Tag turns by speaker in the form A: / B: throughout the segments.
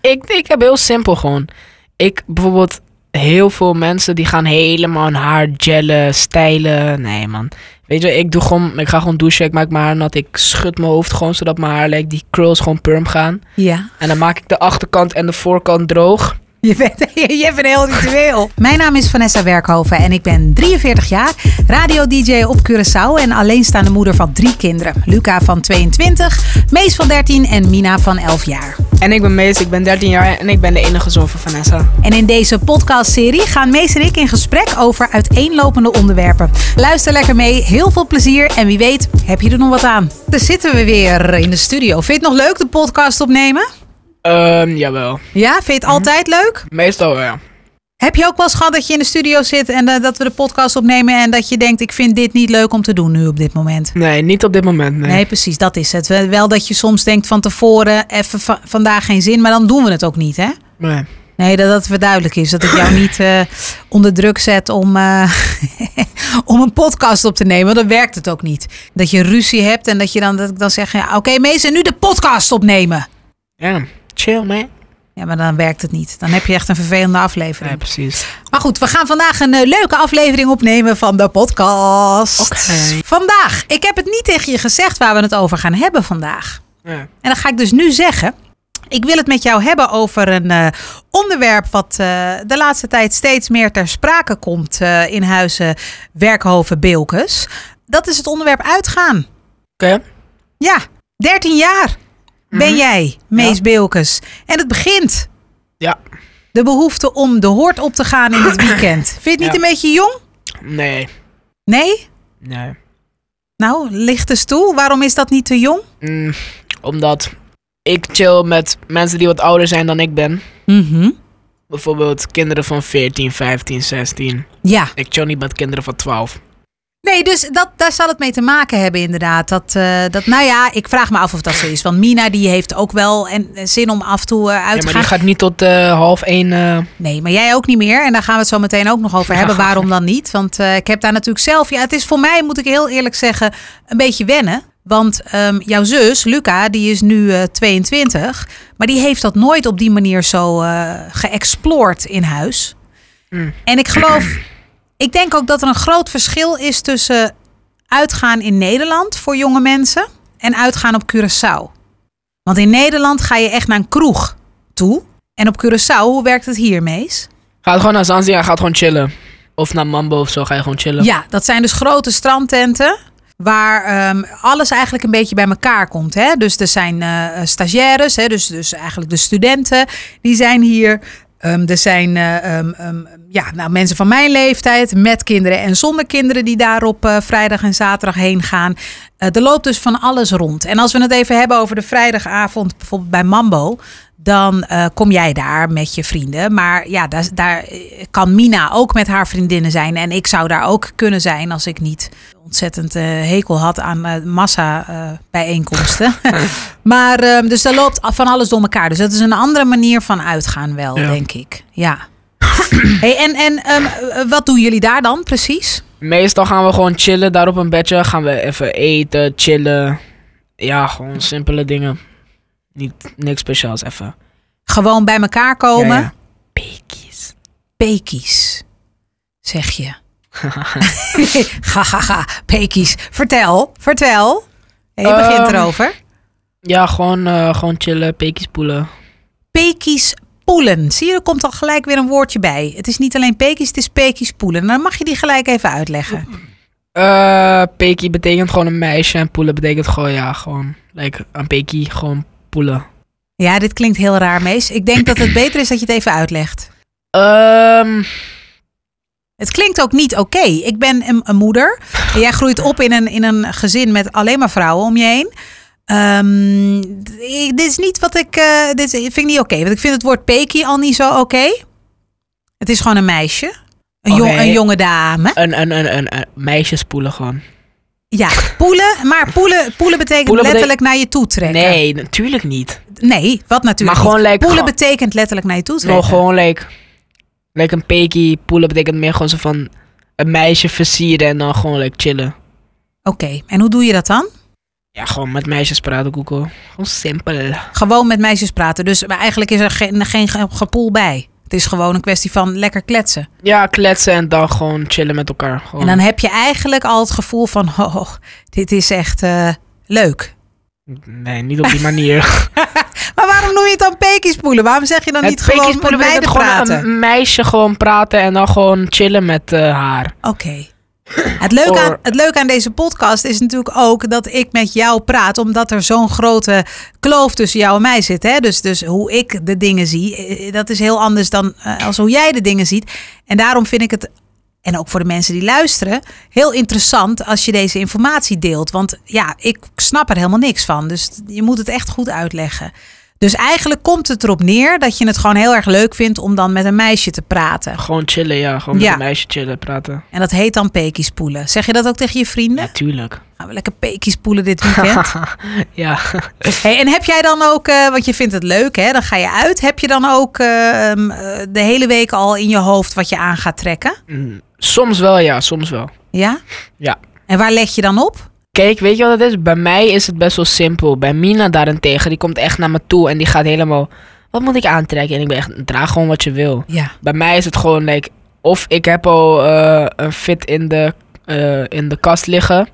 A: ik, ik heb heel simpel gewoon. Ik bijvoorbeeld, heel veel mensen die gaan helemaal hun haar gellen, stijlen. Nee man. Weet je, ik doe gewoon, ik ga gewoon douchen, ik maak mijn haar nat, ik schud mijn hoofd gewoon zodat mijn haar lijkt die curls gewoon perm gaan.
B: Ja.
A: En dan maak ik de achterkant en de voorkant droog.
B: Je, bent, je hebt een heel ritueel. Mijn naam is Vanessa Werkhoven en ik ben 43 jaar, radio-dj op Curaçao en alleenstaande moeder van drie kinderen. Luca van 22, Mees van 13 en Mina van 11 jaar.
C: En ik ben Mees, ik ben 13 jaar en ik ben de enige zoon van Vanessa.
B: En in deze podcastserie gaan Mees en ik in gesprek over uiteenlopende onderwerpen. Luister lekker mee, heel veel plezier en wie weet heb je er nog wat aan. Daar zitten we weer in de studio. Vind je het nog leuk de podcast opnemen?
A: Ehm, jawel.
B: Ja, vind je het altijd leuk?
A: Meestal wel, ja.
B: Heb je ook wel eens gehad dat je in de studio zit en eh, dat we de podcast opnemen en dat je denkt, ik vind dit niet leuk om te doen nu op dit moment?
A: Nee, niet op dit moment, nee.
B: Nee, precies, dat is het. Wel wel dat je soms denkt van tevoren, even va- vandaag geen zin, maar dan doen we het ook niet, hè?
A: Nee.
B: Nee, dat dat weer duidelijk is. Dat ik jou niet eh, onder druk zet om, eh, om een podcast op te nemen. Want dan werkt het ook niet. Dat je ruzie hebt en dat, je dan, dat ik dan zeg, ja, oké mees, en nu de podcast opnemen.
A: Ja, chill man.
B: Ja, maar dan werkt het niet. Dan heb je echt een vervelende aflevering.
A: Nee, precies.
B: Maar goed, we gaan vandaag een eh, leuke aflevering opnemen van de podcast.
A: Oké.
B: Vandaag, ik heb het niet tegen je gezegd waar we het over gaan hebben vandaag.
A: Ja.
B: En dat ga ik dus nu zeggen. Ik wil het met jou hebben over een eh, onderwerp wat eh, de laatste tijd steeds meer ter sprake komt eh, in huizen Werkhoven Beelkes. Dat is het onderwerp uitgaan.
A: Oké.
B: Ja, 13 jaar ben jij, Mees
A: Mhm. Ja.
B: Beelkes. En het begint
A: Ja.
B: de behoefte om de hoort op te gaan in het weekend. Vind je het niet
A: Ja.
B: een beetje jong?
A: Nee.
B: Nee?
A: Nee.
B: Nou, lichte stoel. Waarom is dat niet te jong?
A: Mm, omdat ik chill met mensen die wat ouder zijn dan ik ben. Bijvoorbeeld kinderen van 14, 15, 16.
B: Ja.
A: Ik chill niet met kinderen van 12.
B: Nee, dus dat, daar zal het mee te maken hebben inderdaad. Dat, eh, dat, nou ja, ik vraag me af of dat zo is. Want Mina die heeft ook wel en, en zin om af en toe eh, uit
A: Ja,
B: te
A: maar
B: gaan.
A: die gaat niet tot eh, half 1.
B: Nee, maar jij ook niet meer. En daar gaan we het zo meteen ook nog over hebben. Waarom dan niet? Want eh, ik heb daar natuurlijk zelf... Ja, het is voor mij, moet ik heel eerlijk zeggen, een beetje wennen. Want ehm, jouw zus, Luca, die is nu eh, 22. Maar die heeft dat nooit op die manier zo eh geëxploord in huis.
A: Mm.
B: En ik geloof... Ik denk ook dat er een groot verschil is tussen uitgaan in Nederland voor jonge mensen... en uitgaan op Curaçao. Want in Nederland ga je echt naar een kroeg toe... En op Curaçao, hoe werkt het hier, Mees?
A: Gaat gewoon naar Zanzibar en gaat gewoon chillen. Of naar Mambo of zo ga je gewoon chillen.
B: Ja, dat zijn dus grote strandtenten. Waar ehm, alles eigenlijk een beetje bij elkaar komt. Hè? Dus er zijn eh, stagiaires, hè? Dus, dus eigenlijk de studenten, die zijn hier. Ehm, er zijn eh, ehm, ehm, ja, nou, mensen van mijn leeftijd met kinderen en zonder kinderen die daar op eh, vrijdag en zaterdag heen gaan. Eh, er loopt dus van alles rond. En als we het even hebben over de vrijdagavond bijvoorbeeld bij Mambo. Dan eh, kom jij daar met je vrienden. Maar ja, daar, daar eh, kan Mina ook met haar vriendinnen zijn. En ik zou daar ook kunnen zijn als ik niet ontzettend eh, hekel had aan eh, massa eh, bijeenkomsten. maar ehm, dus daar loopt van alles door elkaar. Dus dat is een andere manier van uitgaan wel,
A: Ja.
B: denk ik. Ja. hey, en en ehm, eh, wat doen jullie daar dan precies?
A: Meestal gaan we gewoon chillen daar op een bedje. Gaan we even eten, chillen. Ja, gewoon simpele dingen. Niet, niks speciaals even.
B: Gewoon bij elkaar komen.
A: Ja, ja. Pekies.
B: Pekies, zeg je. ga, ga, ga. Pekies. Vertel, vertel. Hey, je begint
A: Ehm.
B: erover.
A: Ja, gewoon, eh, gewoon chillen, pekies poelen.
B: Pekies poelen. Zie je, er komt al gelijk weer een woordje bij. Het is niet alleen pekies, het is pekies poelen. Dan mag je die gelijk even uitleggen.
A: Eh, Peki betekent gewoon een meisje en poelen betekent gewoon, ja, gewoon, like, aan Peki, gewoon poelen.
B: Ja, dit klinkt heel raar, Mees. Ik denk dat het beter is dat je het even uitlegt.
A: Ehm,
B: Het klinkt ook niet oké. Ik ben een, een moeder. En jij groeit op in een, in een gezin met alleen maar vrouwen om je heen. Ehm, d- ik- dit is niet wat ik. eh, dit is- vind ik niet oké. want ik vind het woord Peki al niet zo oké. Het is gewoon een meisje. Een, jong,
A: Oké.
B: een jonge dame.
A: een, een, een, een, een meisjes poelen gewoon.
B: Ja, poelen. Maar poelen, poelen betekent
A: Poelen betek-
B: letterlijk naar je toe trekken.
A: Nee, natuurlijk niet.
B: Nee, wat natuurlijk.
A: Maar gewoon
B: niet.
A: lekker-
B: Poelen betekent letterlijk naar je toe trekken.
A: Nou, gewoon, like, like een Peki, poelen betekent meer gewoon zo van een meisje versieren en dan gewoon, like, chillen.
B: Oké, en hoe doe je dat dan?
A: Ja, gewoon met meisjes praten, Google. Gewoon simpel.
B: Gewoon met meisjes praten. Dus maar eigenlijk is er geen, geen ge- gepoel bij. Het is gewoon een kwestie van lekker kletsen.
A: Ja, kletsen en dan gewoon chillen met elkaar. Gewoon.
B: En dan heb je eigenlijk al het gevoel van, oh, dit is echt eh, leuk.
A: Nee, niet op die manier.
B: Maar waarom noem je het dan pekiespoelen? Waarom zeg je dan niet gewoon met
A: pekiespoelen
B: meiden
A: betekent
B: praten?
A: gewoon een meisje gewoon praten en dan gewoon chillen met eh, haar.
B: Oké. Het leuke,
A: Or-
B: aan, het leuke aan deze podcast is natuurlijk ook dat ik met jou praat, omdat er zo'n grote kloof tussen jou en mij zit. Hè? Dus, dus hoe ik de dingen zie, eh, dat is heel anders dan eh, als hoe jij de dingen ziet. En daarom vind ik het, en ook voor de mensen die luisteren, heel interessant als je deze informatie deelt. Want ja, ik snap er helemaal niks van. Dus je moet het echt goed uitleggen. Dus eigenlijk komt het erop neer dat je het gewoon heel erg leuk vindt om dan met een meisje te praten.
A: Gewoon chillen, ja. Gewoon
B: Ja.
A: met een meisje chillen, praten.
B: En dat heet dan pekiespoelen. Zeg je dat ook tegen je vrienden?
A: Natuurlijk.
B: Gaan we lekker pekiespoelen dit weekend.
A: Ja.
B: hey, en heb jij dan ook, eh, want je vindt het leuk hè, dan ga je uit. Heb je dan ook eh, ehm, eh, de hele week al in je hoofd wat je aan gaat trekken?
A: Mm, Soms wel, ja. Soms wel.
B: Ja?
A: Ja.
B: En waar leg je dan op?
A: Kijk, weet je wat het is? Bij mij is het best wel simpel. Bij Mina daarentegen, die komt echt naar me toe en die gaat helemaal... Wat moet ik aantrekken? En ik ben echt, draag gewoon wat je wil.
B: Ja.
A: Bij mij is het gewoon, like, of ik heb al eh, een fit in de, eh, in de kast liggen.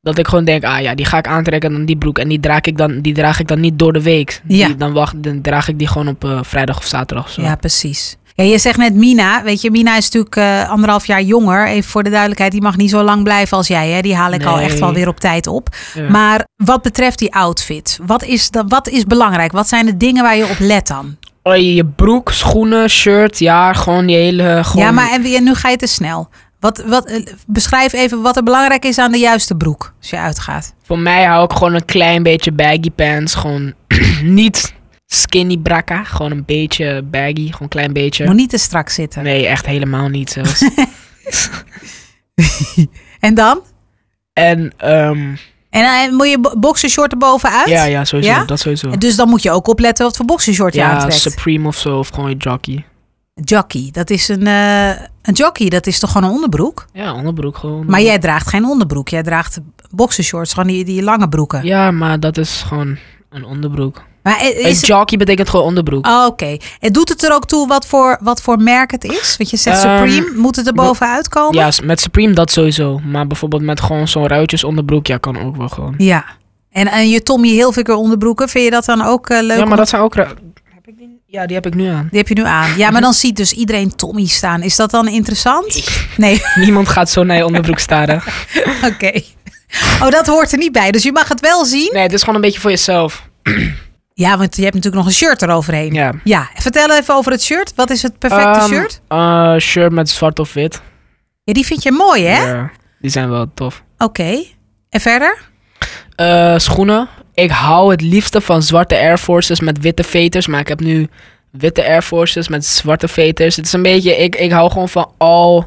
A: Dat ik gewoon denk, ah ja, die ga ik aantrekken dan die broek. En die draag ik dan, die draag ik dan niet door de week.
B: Ja.
A: Die, dan, wacht, dan draag ik die gewoon op eh, vrijdag of zaterdag of zo.
B: Ja, precies. Ja, je zegt net Mina. Weet je, Mina is natuurlijk eh, anderhalf jaar jonger. Even voor de duidelijkheid, die mag niet zo lang blijven als jij. Hè? Die haal ik al
A: Nee.
B: echt wel weer op tijd op.
A: Ja.
B: Maar wat betreft die outfit, wat is, dan, wat is belangrijk? Wat zijn de dingen waar je op let dan?
A: Oh, je je broek, schoenen, shirt, ja, gewoon die hele... Gewoon...
B: Ja, maar en, wie- en nu ga je te snel. Wat, wat, eh, beschrijf even wat er belangrijk is aan de juiste broek als je uitgaat.
A: Voor mij hou ik gewoon een klein beetje baggy pants. Gewoon niet skinny brakka. Gewoon een beetje baggy. Gewoon een klein beetje.
B: Moet niet te strak zitten.
A: Nee, echt helemaal niet zelfs.
B: En dan?
A: en ehm,
B: En eh, moet je bo- boxershort erbovenuit?
A: ja, ja, sowieso.
B: Ja?
A: Dat sowieso.
B: Dus dan moet je ook opletten wat voor boxershort je
A: Ja,
B: aantrekt.
A: Supreme of zo. Of gewoon je jockey.
B: Jockey, dat is een, eh, een jockey, dat is toch gewoon een onderbroek?
A: Ja, onderbroek gewoon.
B: Maar jij draagt geen onderbroek, jij draagt boxershorts, gewoon die, die lange broeken.
A: Ja, maar dat is gewoon een onderbroek.
B: Maar eh, is
A: een
B: het...
A: jockey betekent gewoon onderbroek.
B: Oh, Oké. En doet het er ook toe wat voor, wat voor merk het is? Want je zegt
A: Ehm,
B: Supreme, moet het er bovenuit komen?
A: Ja, s- met Supreme dat sowieso. Maar bijvoorbeeld met gewoon zo'n ruitjes onderbroek, ja, kan ook wel gewoon.
B: Ja. En, en je Tommy Hilfiger onderbroeken, vind je dat dan ook eh, leuk?
A: Ja, maar
B: om-
A: dat zijn ook... ru- Heb ik die? Ja, die heb ik nu aan.
B: Die heb je nu aan. Ja, maar dan ziet dus iedereen Tommy staan. Is dat dan interessant? Nee,
A: Niemand gaat zo naar je onderbroek staren.
B: oké. Oh, dat hoort er niet bij. Dus je mag het wel zien.
A: Nee, het is gewoon een beetje voor jezelf.
B: Ja, want je hebt natuurlijk nog een shirt eroverheen.
A: Ja.
B: Ja, vertel even over het shirt. Wat is het perfecte
A: Ehm,
B: shirt?
A: eh, shirt met zwart of wit.
B: Ja, die vind je mooi, hè?
A: Ja, die zijn wel tof.
B: Oké. En verder?
A: Eh, schoenen. Ik hou het liefste van zwarte Air Forces met witte veters. Maar ik heb nu witte Air Forces met zwarte veters. Het is een beetje... Ik, ik hou gewoon van all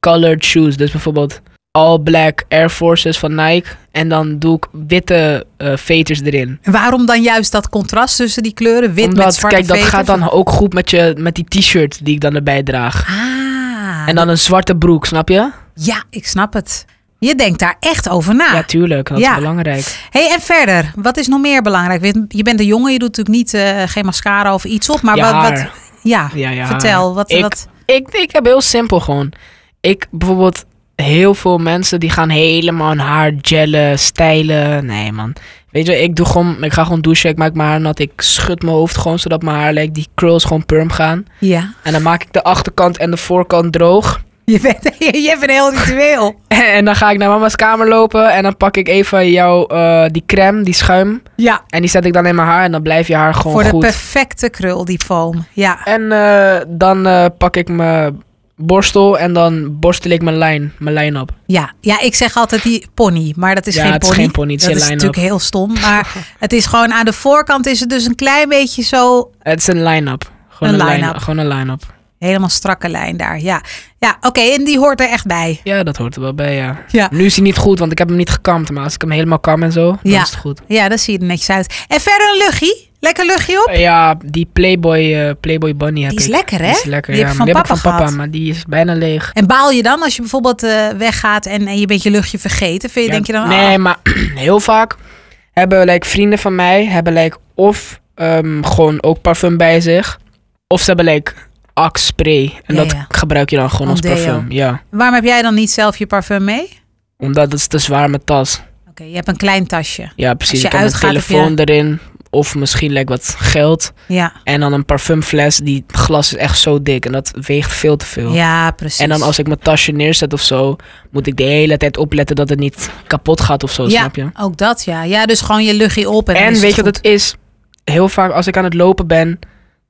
A: colored shoes. Dus bijvoorbeeld all black Air Forces van Nike. En dan doe ik witte eh, veters erin.
B: En waarom dan juist dat contrast tussen die kleuren? Wit
A: Omdat,
B: met zwarte
A: kijk, dat
B: veters?
A: gaat dan ook goed met, je, met die t-shirt die ik dan erbij draag.
B: Ah,
A: En dan een zwarte broek, snap je?
B: ja, ik snap het. Je denkt daar echt over na.
A: Ja, tuurlijk. Dat
B: Ah. Ja.
A: is belangrijk.
B: Hey, en verder, wat is nog meer belangrijk? Je bent een jongen, je doet natuurlijk niet eh, geen mascara of iets op, maar
A: Je
B: wat, wat.
A: haar.
B: Ja,
A: Ja, ja.
B: vertel. Wat,
A: Ik-
B: wat,
A: Ik, ik heb heel simpel gewoon. Ik bijvoorbeeld heel veel mensen die gaan helemaal hun haar gellen, stijlen. Nee man. Weet je, ik doe gewoon, ik ga gewoon douchen, ik maak mijn haar nat, ik schud mijn hoofd gewoon zodat mijn haar lijkt die curls gewoon perm gaan.
B: ja.
A: En dan maak ik de achterkant en de voorkant droog.
B: Je, bent, je hebt een heel ritueel.
A: En dan ga ik naar mama's kamer lopen en dan pak ik even jouw eh, die crème, die schuim.
B: Ja.
A: En die zet ik dan in mijn haar en dan blijft je haar gewoon
B: Voor de
A: goed.
B: perfecte krul, die foam. Ja.
A: En eh, dan eh, pak ik mijn borstel en dan borstel ik mijn lijn, mijn lijn op.
B: Ja. ja, ik zeg altijd die pony, maar dat is
A: Ja,
B: geen
A: het is
B: pony.
A: geen pony, het is
B: dat
A: je
B: is
A: line-up.
B: natuurlijk heel stom. Maar het is gewoon aan de voorkant is het dus een klein beetje zo
A: Het is een line-up. Gewoon
B: Een
A: een,
B: line-up.
A: line-up. gewoon een line-up.
B: helemaal strakke lijn daar. Ja, ja oké, en die hoort er echt bij.
A: Ja, dat hoort er wel bij, ja.
B: Ja.
A: Nu is hij niet goed, want ik heb hem niet gekamd. Maar als ik hem helemaal kam en zo, dan
B: Ja.
A: is het goed.
B: Ja, dat zie je er netjes uit. En verder een luchtje. Lekker luchtje op.
A: Eh, Ja, die Playboy, eh, Playboy Bunny heb
B: Die is
A: ik.
B: lekker, hè?
A: Die is lekker,
B: Die
A: ja.
B: heb je
A: maar die
B: van
A: heb
B: papa
A: ik van papa,
B: gehad.
A: maar die is bijna leeg.
B: En baal je dan als je bijvoorbeeld eh, weggaat en, en je bent je luchtje vergeten? Vind
A: Ja,
B: je, denk je dan, ah,
A: nee, maar heel vaak hebben like, vrienden van mij hebben like, of ehm, gewoon ook parfum bij zich. Of ze hebben like, Axe spray. En
B: Ja,
A: dat
B: ja.
A: gebruik je dan gewoon als
B: Ondeo.
A: parfum. Ja.
B: Waarom heb jij dan niet zelf je parfum mee? Oké,
A: Omdat het is te zwaar mijn tas.
B: je hebt een klein tasje.
A: Ja, precies.
B: Als je
A: Ik heb mijn
B: uitgaat of
A: telefoon erin. Of misschien like, wat geld.
B: Ja,
A: En dan een parfumfles. Die glas is echt zo dik. En dat weegt veel te veel.
B: ja precies.
A: En dan als ik mijn tasje neerzet of zo, moet ik de hele tijd opletten dat het niet kapot gaat of zo,
B: Ja.
A: snap je?
B: Ook dat, ja. Ja, dus gewoon je luchtje op. En, dan
A: En
B: is
A: weet je
B: het
A: wat het is? Heel vaak als ik aan het lopen ben,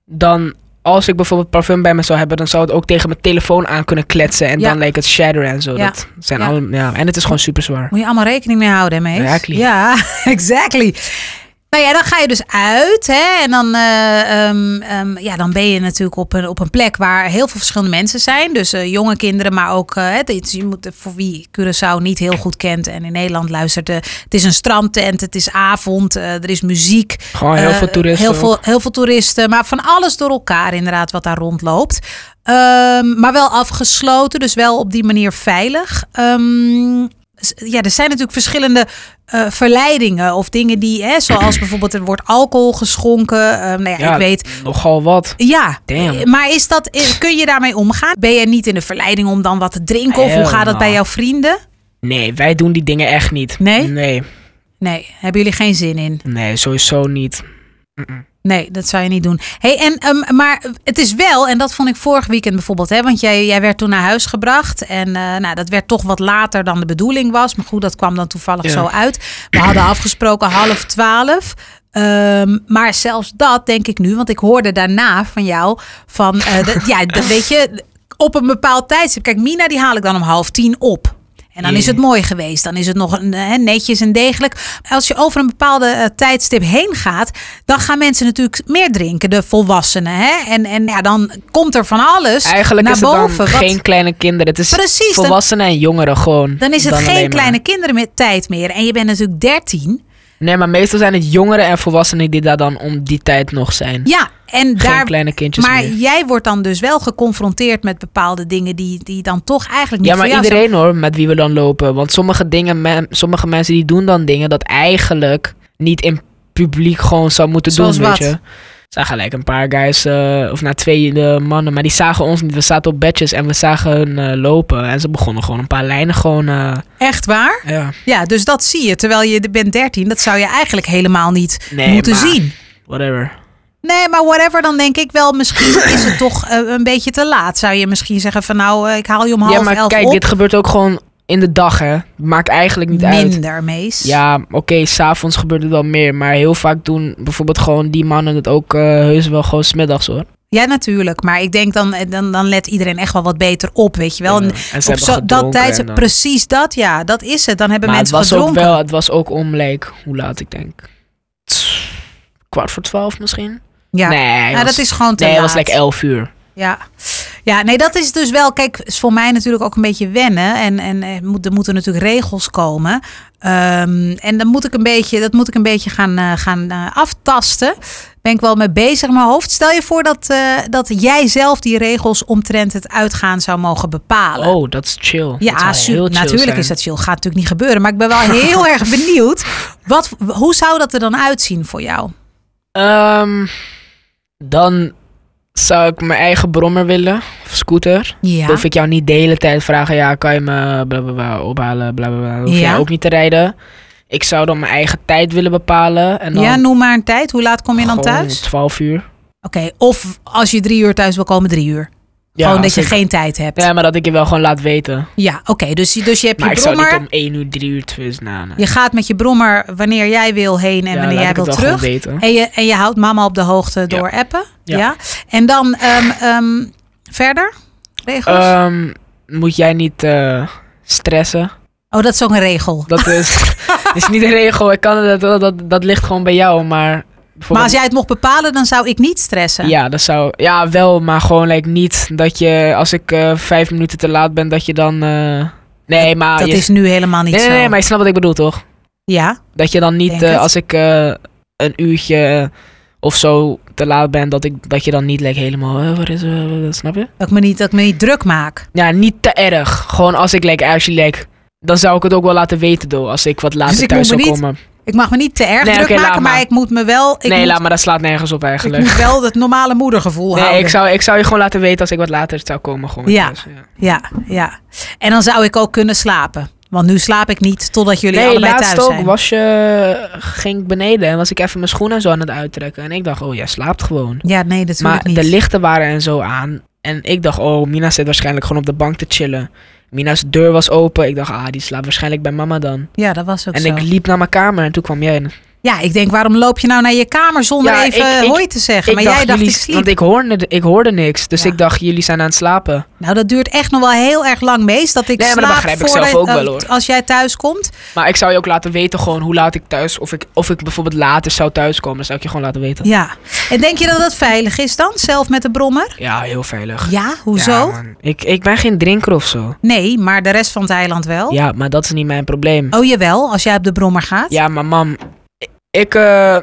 A: dan als ik bijvoorbeeld parfum bij me zou hebben, dan zou het ook tegen mijn telefoon aan kunnen kletsen en
B: Ja.
A: dan lijkt het shatteren en zo.
B: Ja.
A: Dat zijn
B: Ja.
A: alle, ja. En het is gewoon super zwaar.
B: Moet je allemaal rekening mee houden, hè, mees?
A: Exactly.
B: Ja, exactly. Nou ja, dan ga je dus uit. Hè? En dan, eh, ehm, ehm, ja, dan ben je natuurlijk op een, op een plek waar heel veel verschillende mensen zijn. Dus eh, jonge kinderen, maar ook eh, het is- je moet, voor wie Curaçao niet heel goed kent en in Nederland luistert. eh, het is een strandtent, het is avond, eh, er is muziek.
A: Gewoon Oh, heel
B: Eh,
A: veel toeristen.
B: Heel veel, heel veel toeristen, maar van alles door elkaar inderdaad wat daar rondloopt. Ehm, maar wel afgesloten, dus wel op die manier veilig. Ehm, s- ja, er zijn natuurlijk verschillende eh, verleidingen of dingen die, hè, zoals bijvoorbeeld er wordt alcohol geschonken. Ehm nou ja,
A: Ja.
B: ik weet.
A: Nogal wat.
B: Ja,
A: Damn.
B: eh, maar is dat, eh, kun je daarmee omgaan? Ben je niet in de verleiding om dan wat te drinken? Of hoe gaat dat
A: Helemaal.
B: bij jouw vrienden?
A: Nee, wij doen die dingen echt niet.
B: Nee?
A: Nee,
B: Nee, hebben jullie geen zin in?
A: nee sowieso niet.
B: Nee, dat zou je niet doen. Hey, en, ehm, maar het is wel, en dat vond ik vorig weekend bijvoorbeeld, hè, want jij, jij werd toen naar huis gebracht. En eh, nou, dat werd toch wat later dan de bedoeling was. Maar goed, dat kwam dan toevallig
A: Ja.
B: zo uit. We hadden afgesproken half twaalf. Ehm, maar zelfs dat denk ik nu, want ik hoorde daarna van jou van, eh, dat, ja, dat weet je, op een bepaald tijdstip. Kijk, Mina die haal ik dan om half tien op. En dan
A: Mm.
B: is het mooi geweest. Dan is het nog een, hè, netjes en degelijk. Als je over een bepaalde eh, tijdstip heen gaat, dan gaan mensen natuurlijk meer drinken, de volwassenen. Hè? En, en ja, dan komt er van alles
A: Eigenlijk
B: naar
A: is het dan
B: boven. Wat-
A: geen kleine kinderen. Het is
B: Precies, dan-
A: volwassenen en jongeren gewoon.
B: dan is het
A: alleen
B: geen
A: maar.
B: kleine kinderen met tijd meer. En je bent natuurlijk 13.
A: Nee, maar meestal zijn het jongeren en volwassenen die daar dan om die tijd nog zijn.
B: Ja, en
A: Geen
B: daar.
A: kleine kindjes
B: maar
A: meer.
B: jij wordt dan dus wel geconfronteerd met bepaalde dingen die, die dan toch eigenlijk niet
A: Ja, maar
B: voor jou zijn.
A: iedereen hoor, met wie we dan lopen. Want sommige, dingen, men- sommige mensen die doen dan dingen dat eigenlijk niet in publiek gewoon zou moeten
B: Zoals
A: doen,
B: wat?
A: weet je. Er zagen gelijk een paar guys, eh, of nou twee eh, mannen, maar die zagen ons niet. We zaten op bedjes en we zagen hun eh, lopen. En ze begonnen gewoon een paar lijnen gewoon, eh,
B: Echt waar?
A: ja.
B: Ja, dus dat zie je. Terwijl je bent 13, dat zou je eigenlijk helemaal niet
A: Nee,
B: moeten
A: maar-
B: zien.
A: whatever.
B: Nee, maar whatever, dan denk ik wel, misschien is het toch eh, een beetje te laat. Zou je misschien zeggen van nou, eh, ik haal je om half
A: Ja, maar
B: elf
A: kijk,
B: op.
A: dit gebeurt ook gewoon in de dag, hè. Maakt eigenlijk niet uit.
B: Minder, mees.
A: Ja, oké, s'avonds gebeurt het wel meer. Maar heel vaak doen bijvoorbeeld gewoon die mannen het ook eh, heus wel gewoon smiddags hoor.
B: ja, natuurlijk. Maar ik denk dan, eh, dan, dan let iedereen echt wel wat beter op, weet je wel. En
A: Ja, en ze hebben
B: zo- dat
A: gedronken en eh, dan-
B: precies dat, ja, dat is het. Dan hebben
A: maar het
B: mensen
A: was
B: gedronken.
A: ook wel, het was ook om, like, hoe laat ik denk? Tss, Kwart voor twaalf misschien?
B: ja.
A: Nee, hij
B: Ja,
A: was-
B: Nou, dat is gewoon te
A: Nee, het
B: laat.
A: was like elf uur.
B: Ja. ja, nee, dat is dus wel. Kijk, is voor mij natuurlijk ook een beetje wennen. En, en eh, moet, er moeten natuurlijk regels komen. Ehm, en dan moet ik een beetje, dat moet ik een beetje gaan, eh, gaan eh, aftasten. Ben ik wel mee bezig in mijn hoofd. Stel je voor dat, eh, dat jij zelf die regels omtrent het uitgaan zou mogen bepalen.
A: Oh, dat is chill. Dat
B: Ja,
A: zou
B: su-
A: heel chill
B: natuurlijk
A: zijn.
B: is dat chill. Gaat natuurlijk niet gebeuren. Maar ik ben wel heel erg benieuwd. Wat, hoe zou dat er dan uitzien voor jou?
A: Ehm, dan zou ik mijn eigen brommer willen, of scooter.
B: Ja.
A: Hoef ik jou niet de hele tijd vragen, ja, kan je me bla bla bla ophalen, bla bla bla. Hoef
B: Ja.
A: jij ook niet te rijden. Ik zou dan mijn eigen tijd willen bepalen. En dan
B: ja, noem maar een tijd. Hoe laat kom je dan
A: gewoon
B: thuis?
A: 12 uur.
B: Oké, of als je drie uur thuis wil komen, drie uur. Gewoon dat
A: als
B: je
A: ik-
B: geen tijd hebt. Ja,
A: Ja, maar dat ik je wel gewoon laat weten. Maar
B: oké. Dus, je- dus je hebt
A: ik
B: je
A: zou niet
B: brommer.
A: om 1 uur, 3 uur, 2 uur na. nee.
B: Je gaat met je brommer wanneer jij wil heen en
A: Ja,
B: wanneer
A: laat
B: jij
A: ik
B: wil
A: het wel
B: terug.
A: gewoon weten.
B: En je, en je houdt mama op de hoogte door appen. Ja.
A: Ja.
B: En dan ehm, ehm, verder? Regels?
A: Ehm, moet jij niet eh, stressen?
B: oh, dat is ook een regel.
A: Dat is, dat is niet een regel. Ik kan, dat, dat, dat, dat ligt gewoon bij jou. Maar,
B: Maar als
A: bijvoorbeeld-
B: jij het mocht bepalen, dan zou ik niet stressen.
A: Ja, dat zou. Ja, wel, maar gewoon like, niet dat je als ik eh, vijf minuten te laat ben, dat je dan. eh, nee, maar.
B: dat
A: je-
B: is nu helemaal niet
A: nee, nee,
B: zo.
A: nee, maar je snapt wat ik bedoel, toch?
B: Ja,
A: Dat je dan niet
B: Denk
A: eh,
B: het.
A: als ik eh, een uurtje eh, of zo te laat ben, dat, ik, dat je dan niet like, helemaal. eh, wat is er? wat- wat- snap je?
B: dat ik, me niet, dat ik me niet druk maak.
A: Ja, niet te erg. Gewoon als ik like, actually like. Dan zou ik het ook wel laten weten, door als ik wat later
B: Dus ik
A: thuis
B: moet
A: zou
B: me niet-
A: komen.
B: Ik mag me niet te erg
A: Nee,
B: druk
A: oké, laat
B: maken, maar.
A: maar.
B: ik moet me wel. Ik
A: nee,
B: moet,
A: laat maar, dat slaat nergens op
B: ik
A: eigenlijk.
B: moet wel het normale moedergevoel
A: Nee,
B: houden.
A: ik zou, ik zou je gewoon laten weten als ik wat later zou komen. Gewoon
B: Ja.
A: thuis, ja.
B: Ja, ja. En dan zou ik ook kunnen slapen. Want nu slaap ik niet totdat jullie
A: Nee,
B: allebei
A: laatst
B: thuis
A: ook
B: zijn.
A: was je, ging ik beneden en was ik even mijn schoenen zo aan het uittrekken. En ik dacht, oh, jij slaapt gewoon.
B: Ja, nee, dat
A: Maar
B: ik niet.
A: de lichten waren en zo aan. En ik dacht, oh, Mina zit waarschijnlijk gewoon op de bank te chillen. Mina's deur was open. Ik dacht, ah, die slaapt waarschijnlijk bij mama dan.
B: ja, dat was ook
A: en
B: zo.
A: ik liep naar mijn kamer en toen kwam jij. En
B: ja, ik denk, waarom loop je nou naar je kamer zonder
A: Ja,
B: even
A: ik- ik-
B: hoi te zeggen? maar jij dacht,
A: jullie,
B: ik sliep.
A: Want ik hoorde, ik hoorde niks. Dus
B: Ja.
A: ik dacht, jullie zijn aan het slapen.
B: Nou, dat duurt echt nog wel heel erg lang mee. Dat
A: Nee,
B: ik
A: maar dat
B: slaap
A: begrijp ik
B: voordat-
A: zelf ook wel, hoor.
B: Als jij thuis komt.
A: Maar ik zou je ook laten weten gewoon hoe laat ik thuis... Of ik, of ik bijvoorbeeld later zou thuiskomen. Dan zou ik je gewoon laten weten.
B: Ja. En denk je dat dat veilig is dan? Zelf met de brommer?
A: Ja, heel veilig.
B: Ja, hoezo?
A: Ja, man. ik, ik ben geen drinker of zo.
B: nee, maar de rest van het eiland wel.
A: Ja, maar dat is niet mijn probleem.
B: Oh jawel, als jij op de brommer gaat.
A: Ja, maar mam, ik- ik eh,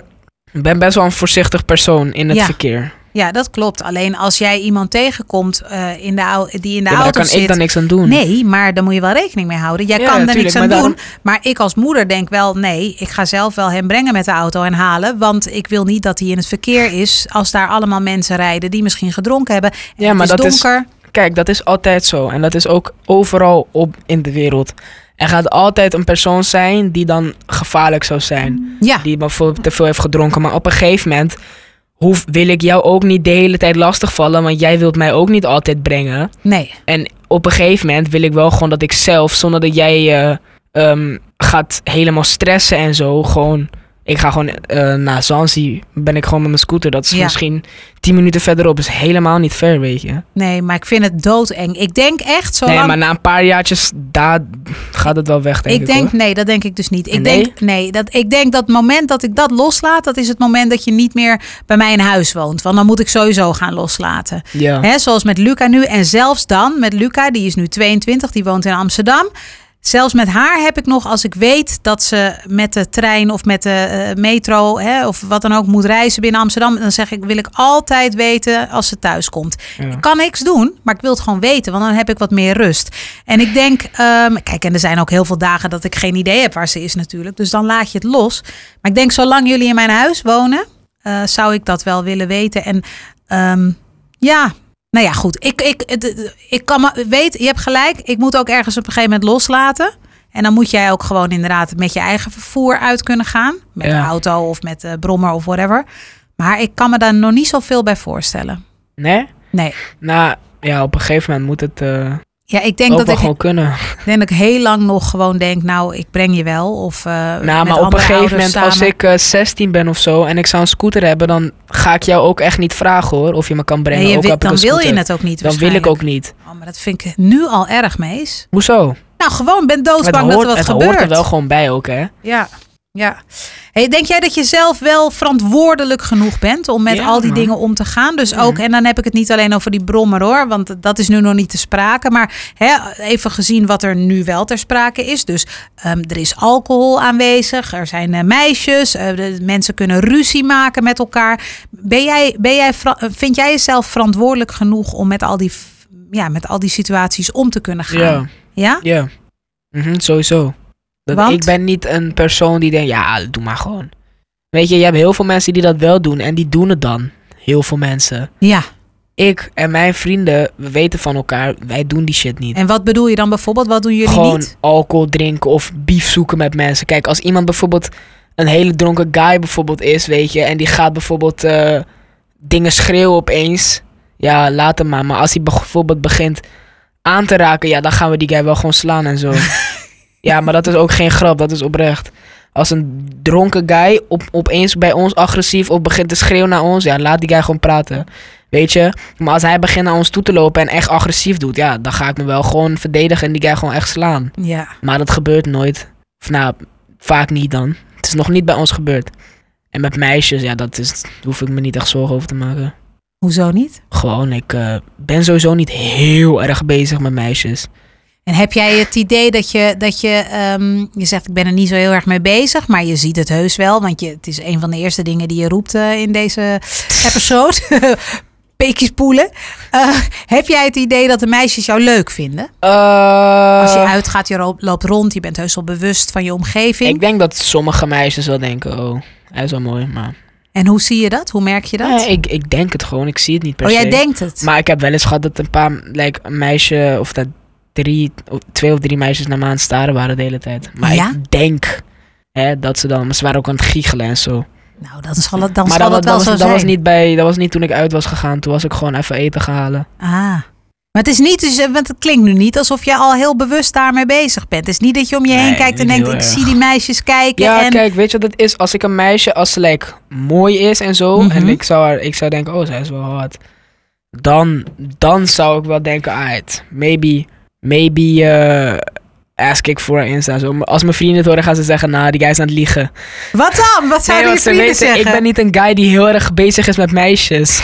A: ben best wel een voorzichtig persoon in het
B: Ja.
A: verkeer.
B: Ja, dat klopt. Alleen als jij iemand tegenkomt eh, in de au- die in de
A: Ja, maar
B: auto
A: daar kan
B: zit.
A: ik dan niks aan doen.
B: Nee, maar daar moet je wel rekening mee houden. Jij
A: Ja,
B: kan er niks
A: tuurlijk,
B: aan
A: maar daarom-
B: doen. Maar ik als moeder denk wel, nee, ik ga zelf wel hem brengen met de auto en halen. Want ik wil niet dat hij in het verkeer is als daar allemaal mensen rijden die misschien gedronken hebben. En
A: Ja, maar
B: het
A: dat
B: is
A: is-
B: donker.
A: Kijk, dat is altijd zo. En dat is ook overal op in de wereld. Er gaat altijd een persoon zijn die dan gevaarlijk zou zijn.
B: Ja,
A: Die bijvoorbeeld te veel heeft gedronken. Maar op een gegeven moment hoef, wil ik jou ook niet de hele tijd lastigvallen. Want jij wilt mij ook niet altijd brengen.
B: nee.
A: En op een gegeven moment wil ik wel gewoon dat ik zelf, zonder dat jij eh, ehm, gaat helemaal stressen en zo, gewoon. Ik ga gewoon eh, naar Zanzi, ben ik gewoon met mijn scooter. Dat is
B: Ja.
A: misschien 10 minuten verderop, is helemaal niet ver, weet je.
B: Nee, maar ik vind het doodeng. Ik denk echt zo
A: Nee, maar na een paar jaartjes, daar gaat het wel weg, denk ik.
B: ik denk,
A: hoor.
B: nee, dat denk ik dus niet. Ik
A: Nee?
B: denk, nee, dat ik denk dat het moment dat ik dat loslaat, dat is het moment dat je niet meer bij mij in huis woont. Want dan moet ik sowieso gaan loslaten.
A: Ja.
B: Hè, zoals met Luca nu. En zelfs dan, met Luca, die is nu 22, die woont in Amsterdam. Zelfs met haar heb ik nog, als ik weet dat ze met de trein of met de eh, metro hè, of wat dan ook moet reizen binnen Amsterdam, dan zeg ik, wil ik altijd weten als ze thuis komt.
A: Ja.
B: Ik kan niks doen, maar ik wil het gewoon weten, want dan heb ik wat meer rust. En ik denk, ehm, kijk, en er zijn ook heel veel dagen dat ik geen idee heb waar ze is natuurlijk, dus dan laat je het los. Maar ik denk, zolang jullie in mijn huis wonen, eh, zou ik dat wel willen weten. En ehm, ja, nou ja, goed. Ik, ik, het- ik kan me, weet, je hebt gelijk. Ik moet ook ergens op een gegeven moment loslaten. En dan moet jij ook gewoon inderdaad met je eigen vervoer uit kunnen gaan. Met
A: Ja.
B: de auto of met de brommer of whatever. Maar ik kan me daar nog niet zoveel bij voorstellen.
A: Nee?
B: Nee.
A: Nou, ja, op een gegeven moment moet het eh,
B: Ja, ik
A: ook
B: denk
A: wel
B: dat ik,
A: gewoon kunnen.
B: ik denk dat ik heel lang nog gewoon denk, nou, ik breng je wel. Of, eh
A: Nou,
B: met
A: maar op een
B: andere
A: gegeven
B: ouders
A: moment, als
B: samen.
A: ik eh, 16 ben of zo en ik zou een scooter hebben, dan ga ik jou ook echt niet vragen hoor. Of je me kan brengen.
B: Nee, je
A: ook
B: wil-
A: heb ik
B: dan
A: een
B: wil je
A: scooter.
B: het ook niet
A: Dan wil ik ook niet.
B: waarschijnlijk. Oh, maar dat vind ik nu al erg, Mees.
A: Hoezo?
B: Nou, gewoon ben
A: Het
B: doodsbang dat
A: hoort,
B: er wat
A: het
B: gebeurt.
A: hoort er wel gewoon bij ook, hè?
B: Ja, ja. Hey, denk jij dat je zelf wel verantwoordelijk genoeg bent om met
A: Ja,
B: al die
A: man.
B: dingen om te gaan? Dus ook, en dan heb ik het niet alleen over die brommer hoor, want dat is nu nog niet te sprake. Maar hè, even gezien wat er nu wel ter sprake is. Dus ehm, er is alcohol aanwezig, er zijn eh, meisjes, eh, de, mensen kunnen ruzie maken met elkaar. Ben jij, ben jij, vera- eh, vind jij jezelf verantwoordelijk genoeg om met al die, f- ja, met al die situaties om te kunnen gaan?
A: Ja,
B: Ja?
A: ja. Mhm, sowieso. Dat-
B: Want?
A: Ik ben niet een persoon die denkt, ja, doe maar gewoon. Weet je, je hebt heel veel mensen die dat wel doen en die doen het dan. Heel veel mensen.
B: ja.
A: Ik en mijn vrienden, we weten van elkaar, wij doen die shit niet.
B: En wat bedoel je dan bijvoorbeeld? Wat doen jullie
A: gewoon
B: niet?
A: alcohol drinken of bief zoeken met mensen. Kijk, als iemand bijvoorbeeld een hele dronken guy bijvoorbeeld is, weet je, en die gaat bijvoorbeeld eh, dingen schreeuwen opeens, ja, laat hem maar. Maar als hij bijvoorbeeld begint aan te raken, ja, dan gaan we die guy wel gewoon slaan en zo. ja, maar dat is ook geen grap, dat is oprecht. Als een dronken guy op, opeens bij ons agressief of begint te schreeuwen naar ons, ja, laat die guy gewoon praten. Weet je? Maar als hij begint naar ons toe te lopen en echt agressief doet, ja, dan ga ik me wel gewoon verdedigen en die guy gewoon echt slaan.
B: Ja.
A: Maar dat gebeurt nooit. Of nou, vaak niet dan. Het is nog niet bij ons gebeurd. En met meisjes, ja, dat is, daar hoef ik me niet echt zorgen over te maken.
B: Hoezo niet?
A: Gewoon, ik eh, ben sowieso niet heel erg bezig met meisjes.
B: En heb jij het idee dat je, dat je, ehm, je zegt ik ben er niet zo heel erg mee bezig, maar je ziet het heus wel, want je, het is een van de eerste dingen die je roept eh, in deze episode. peekjes poelen. Eh, heb jij het idee dat de meisjes jou leuk vinden? Als je
A: Eh,
B: uitgaat, je ro- loopt rond, je bent heus wel bewust van je omgeving.
A: ik denk dat sommige meisjes wel denken, oh, hij is wel mooi, maar...
B: En hoe zie je dat? Hoe merk je dat?
A: Nee, ik, ik denk het gewoon, ik zie het niet per
B: oh,
A: se.
B: jij denkt het.
A: Maar ik heb wel eens gehad dat een paar, like, een meisje of dat drie, of twee of drie meisjes naar me aan het staren waren de hele tijd. Maar
B: Ja?
A: ik denk hè, dat ze dan, maar ze waren ook aan het giechelen en zo.
B: nou, dat zal het, dan
A: maar
B: zal
A: dat,
B: het wel
A: was,
B: zo
A: dat,
B: zijn.
A: was niet bij, dat was niet toen ik uit was gegaan. Toen was ik gewoon even eten gaan halen.
B: Ah. Maar het is niet, dus, eh, want het klinkt nu niet alsof je al heel bewust daarmee bezig bent. Het is niet dat je om je heen
A: Nee,
B: kijkt en
A: niet
B: denkt, ik
A: heel erg.
B: zie die meisjes kijken.
A: Ja,
B: en,
A: kijk, weet je wat het is? Als ik een meisje, als ze like, mooi is en zo,
B: Mhm.
A: en ik zou, haar, ik zou denken, oh, zij is wel hot. Dan, dan zou ik wel denken, alright, maybe, maybe eh, ask ik voor haar Insta. Zo. Maar Als mijn vrienden het horen, gaan ze zeggen, nou, die guy is aan het liegen.
B: Wat dan? Wat zouden
A: want
B: je vrienden zeggen?
A: ik ben niet een guy die heel erg bezig is met meisjes.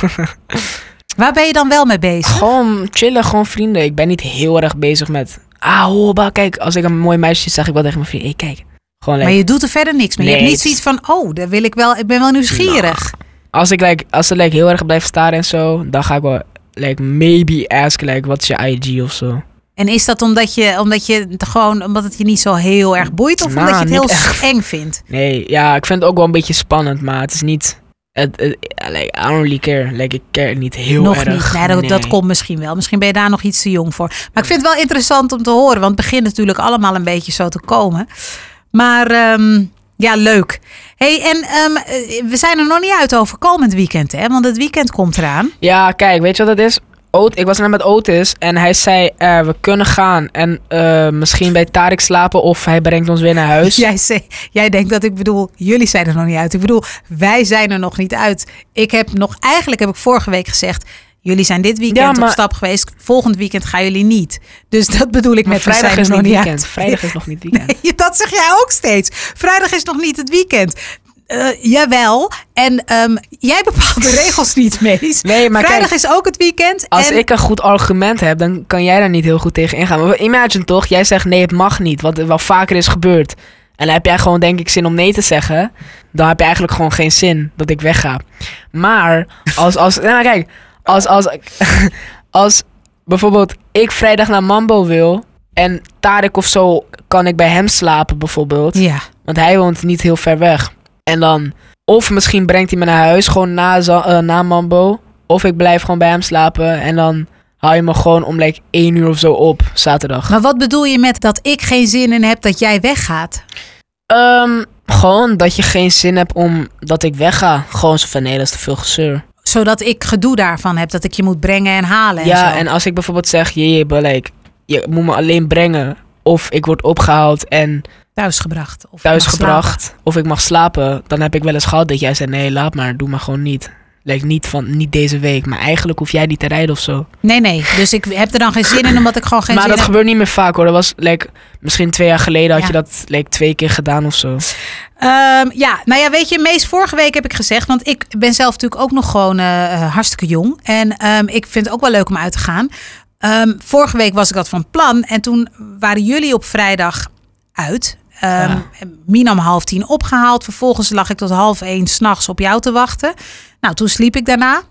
B: Waar ben je dan wel mee bezig?
A: gewoon chillen, gewoon vrienden. Ik ben niet heel erg bezig met, ah, hoba, kijk, als ik een mooi meisje zie, zeg ik wel tegen mijn vriend, hey, kijk. Gewoon
B: Maar
A: like,
B: je doet er verder niks mee. je
A: Nee,
B: hebt niet
A: het
B: zoiets
A: is-
B: van, oh, daar wil ik wel, ik ben wel nieuwsgierig.
A: als ik like, als ze like heel erg blijft staren en zo, dan ga ik wel like maybe ask like wat is je IG of zo.
B: En is dat omdat je, omdat je het gewoon, omdat het je niet zo heel erg boeit? Of
A: Nou,
B: omdat je het heel
A: niet echt.
B: eng vindt?
A: Nee, ja, ik vind het ook wel een beetje spannend, maar het is niet het, het- like, I don't really care. Like ik care niet heel
B: nog
A: erg.
B: niet. Nee, dat, dat
A: Nee.
B: komt misschien wel. Misschien ben je daar nog iets te jong voor. Maar ik vind het wel interessant om te horen, want het begint natuurlijk allemaal een beetje zo te komen. Maar ehm, ja, leuk. hey, en ehm, eh, we zijn er nog niet uit over komend weekend, hè? Want het weekend komt eraan.
A: Ja, kijk, weet je wat het is? Oot, ik was net met Otis en hij zei, eh, we kunnen gaan en eh, misschien bij Tarek slapen of hij brengt ons weer naar huis.
B: Jij, zei- jij denkt dat ik bedoel, jullie zijn er nog niet uit. Ik bedoel, wij zijn er nog niet uit. Ik heb nog, eigenlijk heb ik vorige week gezegd. Jullie zijn dit weekend
A: Ja, maar-
B: op stap geweest. Volgend weekend gaan jullie niet. Dus dat bedoel ik
A: Maar
B: met we
A: vrijdag
B: zijn
A: is
B: er nog
A: niet
B: niet
A: weekend.
B: uit.
A: Vrijdag is nog niet weekend.
B: Ja, dat zeg jij ook steeds. Vrijdag is nog niet het weekend. Eh, jawel. En ehm, jij bepaalt de regels niet, Mees.
A: Nee, maar
B: Vrijdag
A: kijk,
B: is ook het weekend.
A: als
B: en
A: ik een goed argument heb, dan kan jij daar niet heel goed tegen ingaan. Maar imagine toch, jij zegt nee, het mag niet, wat wel vaker is gebeurd. En dan heb jij gewoon, denk ik, zin om nee te zeggen. Dan heb je eigenlijk gewoon geen zin dat ik wegga. Maar als, als, nou kijk, als, als, als bijvoorbeeld ik vrijdag naar Mambo wil en Tarek of zo kan ik bij hem slapen bijvoorbeeld.
B: Ja.
A: Want hij woont niet heel ver weg. En dan, of misschien brengt hij me naar huis, gewoon na, Za- eh, na Mambo. Of ik blijf gewoon bij hem slapen. En dan haal je me gewoon om like 1 uur of zo op, zaterdag.
B: Maar wat bedoel je met dat ik geen zin in heb dat jij weggaat?
A: Ehm, gewoon dat je geen zin hebt om dat ik wegga. Gewoon zo van, nee, dat is te veel gezeur.
B: Zodat ik gedoe daarvan heb. Dat ik je moet brengen en halen. En
A: ja,
B: zo.
A: en als ik bijvoorbeeld zeg, jee, maar like, je moet me alleen brengen. Of ik word opgehaald en
B: thuisgebracht. Of mag
A: thuisgebracht. Of ik mag slapen. Dan heb ik wel eens gehad dat jij zei, nee, laat maar, doe maar gewoon niet. Lijkt niet van, niet deze week. Maar eigenlijk hoef jij niet te rijden of zo.
B: slapen. Nee, nee. Dus ik heb er dan geen zin in omdat ik gewoon geen
A: maar
B: zin
A: dat
B: heb.
A: gebeurt niet meer vaak hoor. Dat was like, misschien twee jaar geleden had
B: Ja.
A: je dat like, twee keer gedaan of zo.
B: Ehm, ja, nou ja, weet je, meest vorige week heb ik gezegd, want ik ben zelf natuurlijk ook nog gewoon eh, eh, hartstikke jong. En ehm, ik vind het ook wel leuk om uit te gaan. Ehm, vorige week was ik dat van plan en toen waren jullie op vrijdag uit. Ehm
A: Ja.
B: Mina om half tien opgehaald. Vervolgens lag ik tot half één s'nachts op jou te wachten. Nou, toen sliep ik daarna.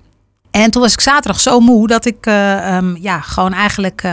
B: En toen was ik zaterdag zo moe dat ik eh, ehm, ja, gewoon eigenlijk eh,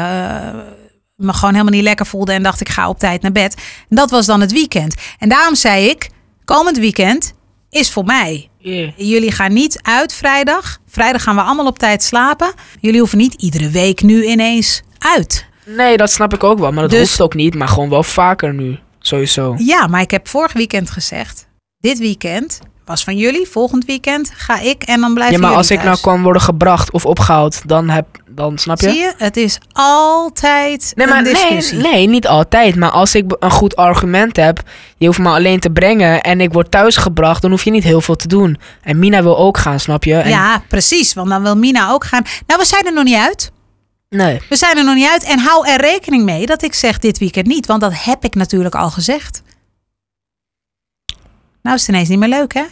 B: me gewoon helemaal niet lekker voelde. En dacht ik ga op tijd naar bed. En dat was dan het weekend. En daarom zei ik, komend weekend is voor mij. Jullie gaan niet uit vrijdag. Vrijdag gaan we allemaal op tijd slapen. Jullie hoeven niet iedere week nu ineens uit.
A: Nee, dat snap ik ook wel. Maar dat
B: Dus-
A: hoeft ook niet. Maar gewoon wel vaker nu. Sowieso.
B: Ja, maar ik heb vorig weekend gezegd, dit weekend was van jullie. Volgend weekend ga ik en dan blijven
A: Ja, maar
B: jullie
A: als ik nou
B: thuis.
A: kan worden gebracht of opgehaald, dan, heb, dan snap je?
B: Zie je, het is altijd
A: Nee, maar
B: een
A: nee,
B: discussie.
A: nee, niet altijd. Maar als ik be- een goed argument heb, je hoeft me alleen te brengen en ik word thuisgebracht, dan hoef je niet heel veel te doen. En Mina wil ook gaan, snap je? En-
B: Ja, precies. Want dan wil Mina ook gaan. Nou, we zijn er nog niet uit.
A: Nee.
B: We zijn er nog niet uit. En hou er rekening mee dat ik zeg dit weekend niet. Want dat heb ik natuurlijk al gezegd. Nou is het ineens niet meer leuk, hè?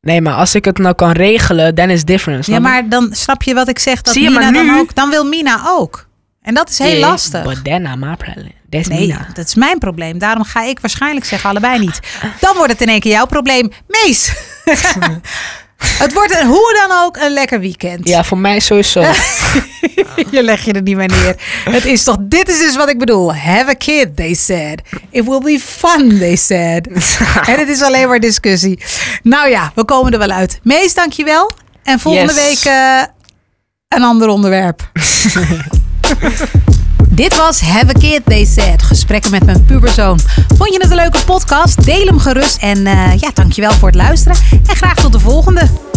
A: nee, maar als ik het nou kan regelen, dan is different. snap
B: Ja,
A: je?
B: maar dan snap je wat ik zeg. Dat
A: Zie je,
B: Mina
A: maar
B: dan
A: nu-
B: ook. Dan wil Mina ook. En dat is heel
A: Yeah,
B: lastig.
A: But then I'm up, really. That's
B: Nee,
A: Mina.
B: dat is mijn probleem. Daarom ga ik waarschijnlijk zeggen allebei niet. Dan wordt het in één keer jouw probleem. Mees! Het wordt een, hoe dan ook een lekker weekend.
A: Ja, voor mij sowieso.
B: Je leg je er niet meer neer. Het is toch, dit is dus wat ik bedoel. Have a kid, they said. It will be fun, they said. en het is alleen maar discussie. Nou ja, we komen er wel uit. Mees, dankjewel. En volgende
A: Yes.
B: week eh, een ander onderwerp. Dit was Have a Kid, They Said. Gesprekken met mijn puberzoon. Vond je het een leuke podcast? Deel hem gerust. En eh ja, dankjewel voor het luisteren. En graag tot de volgende.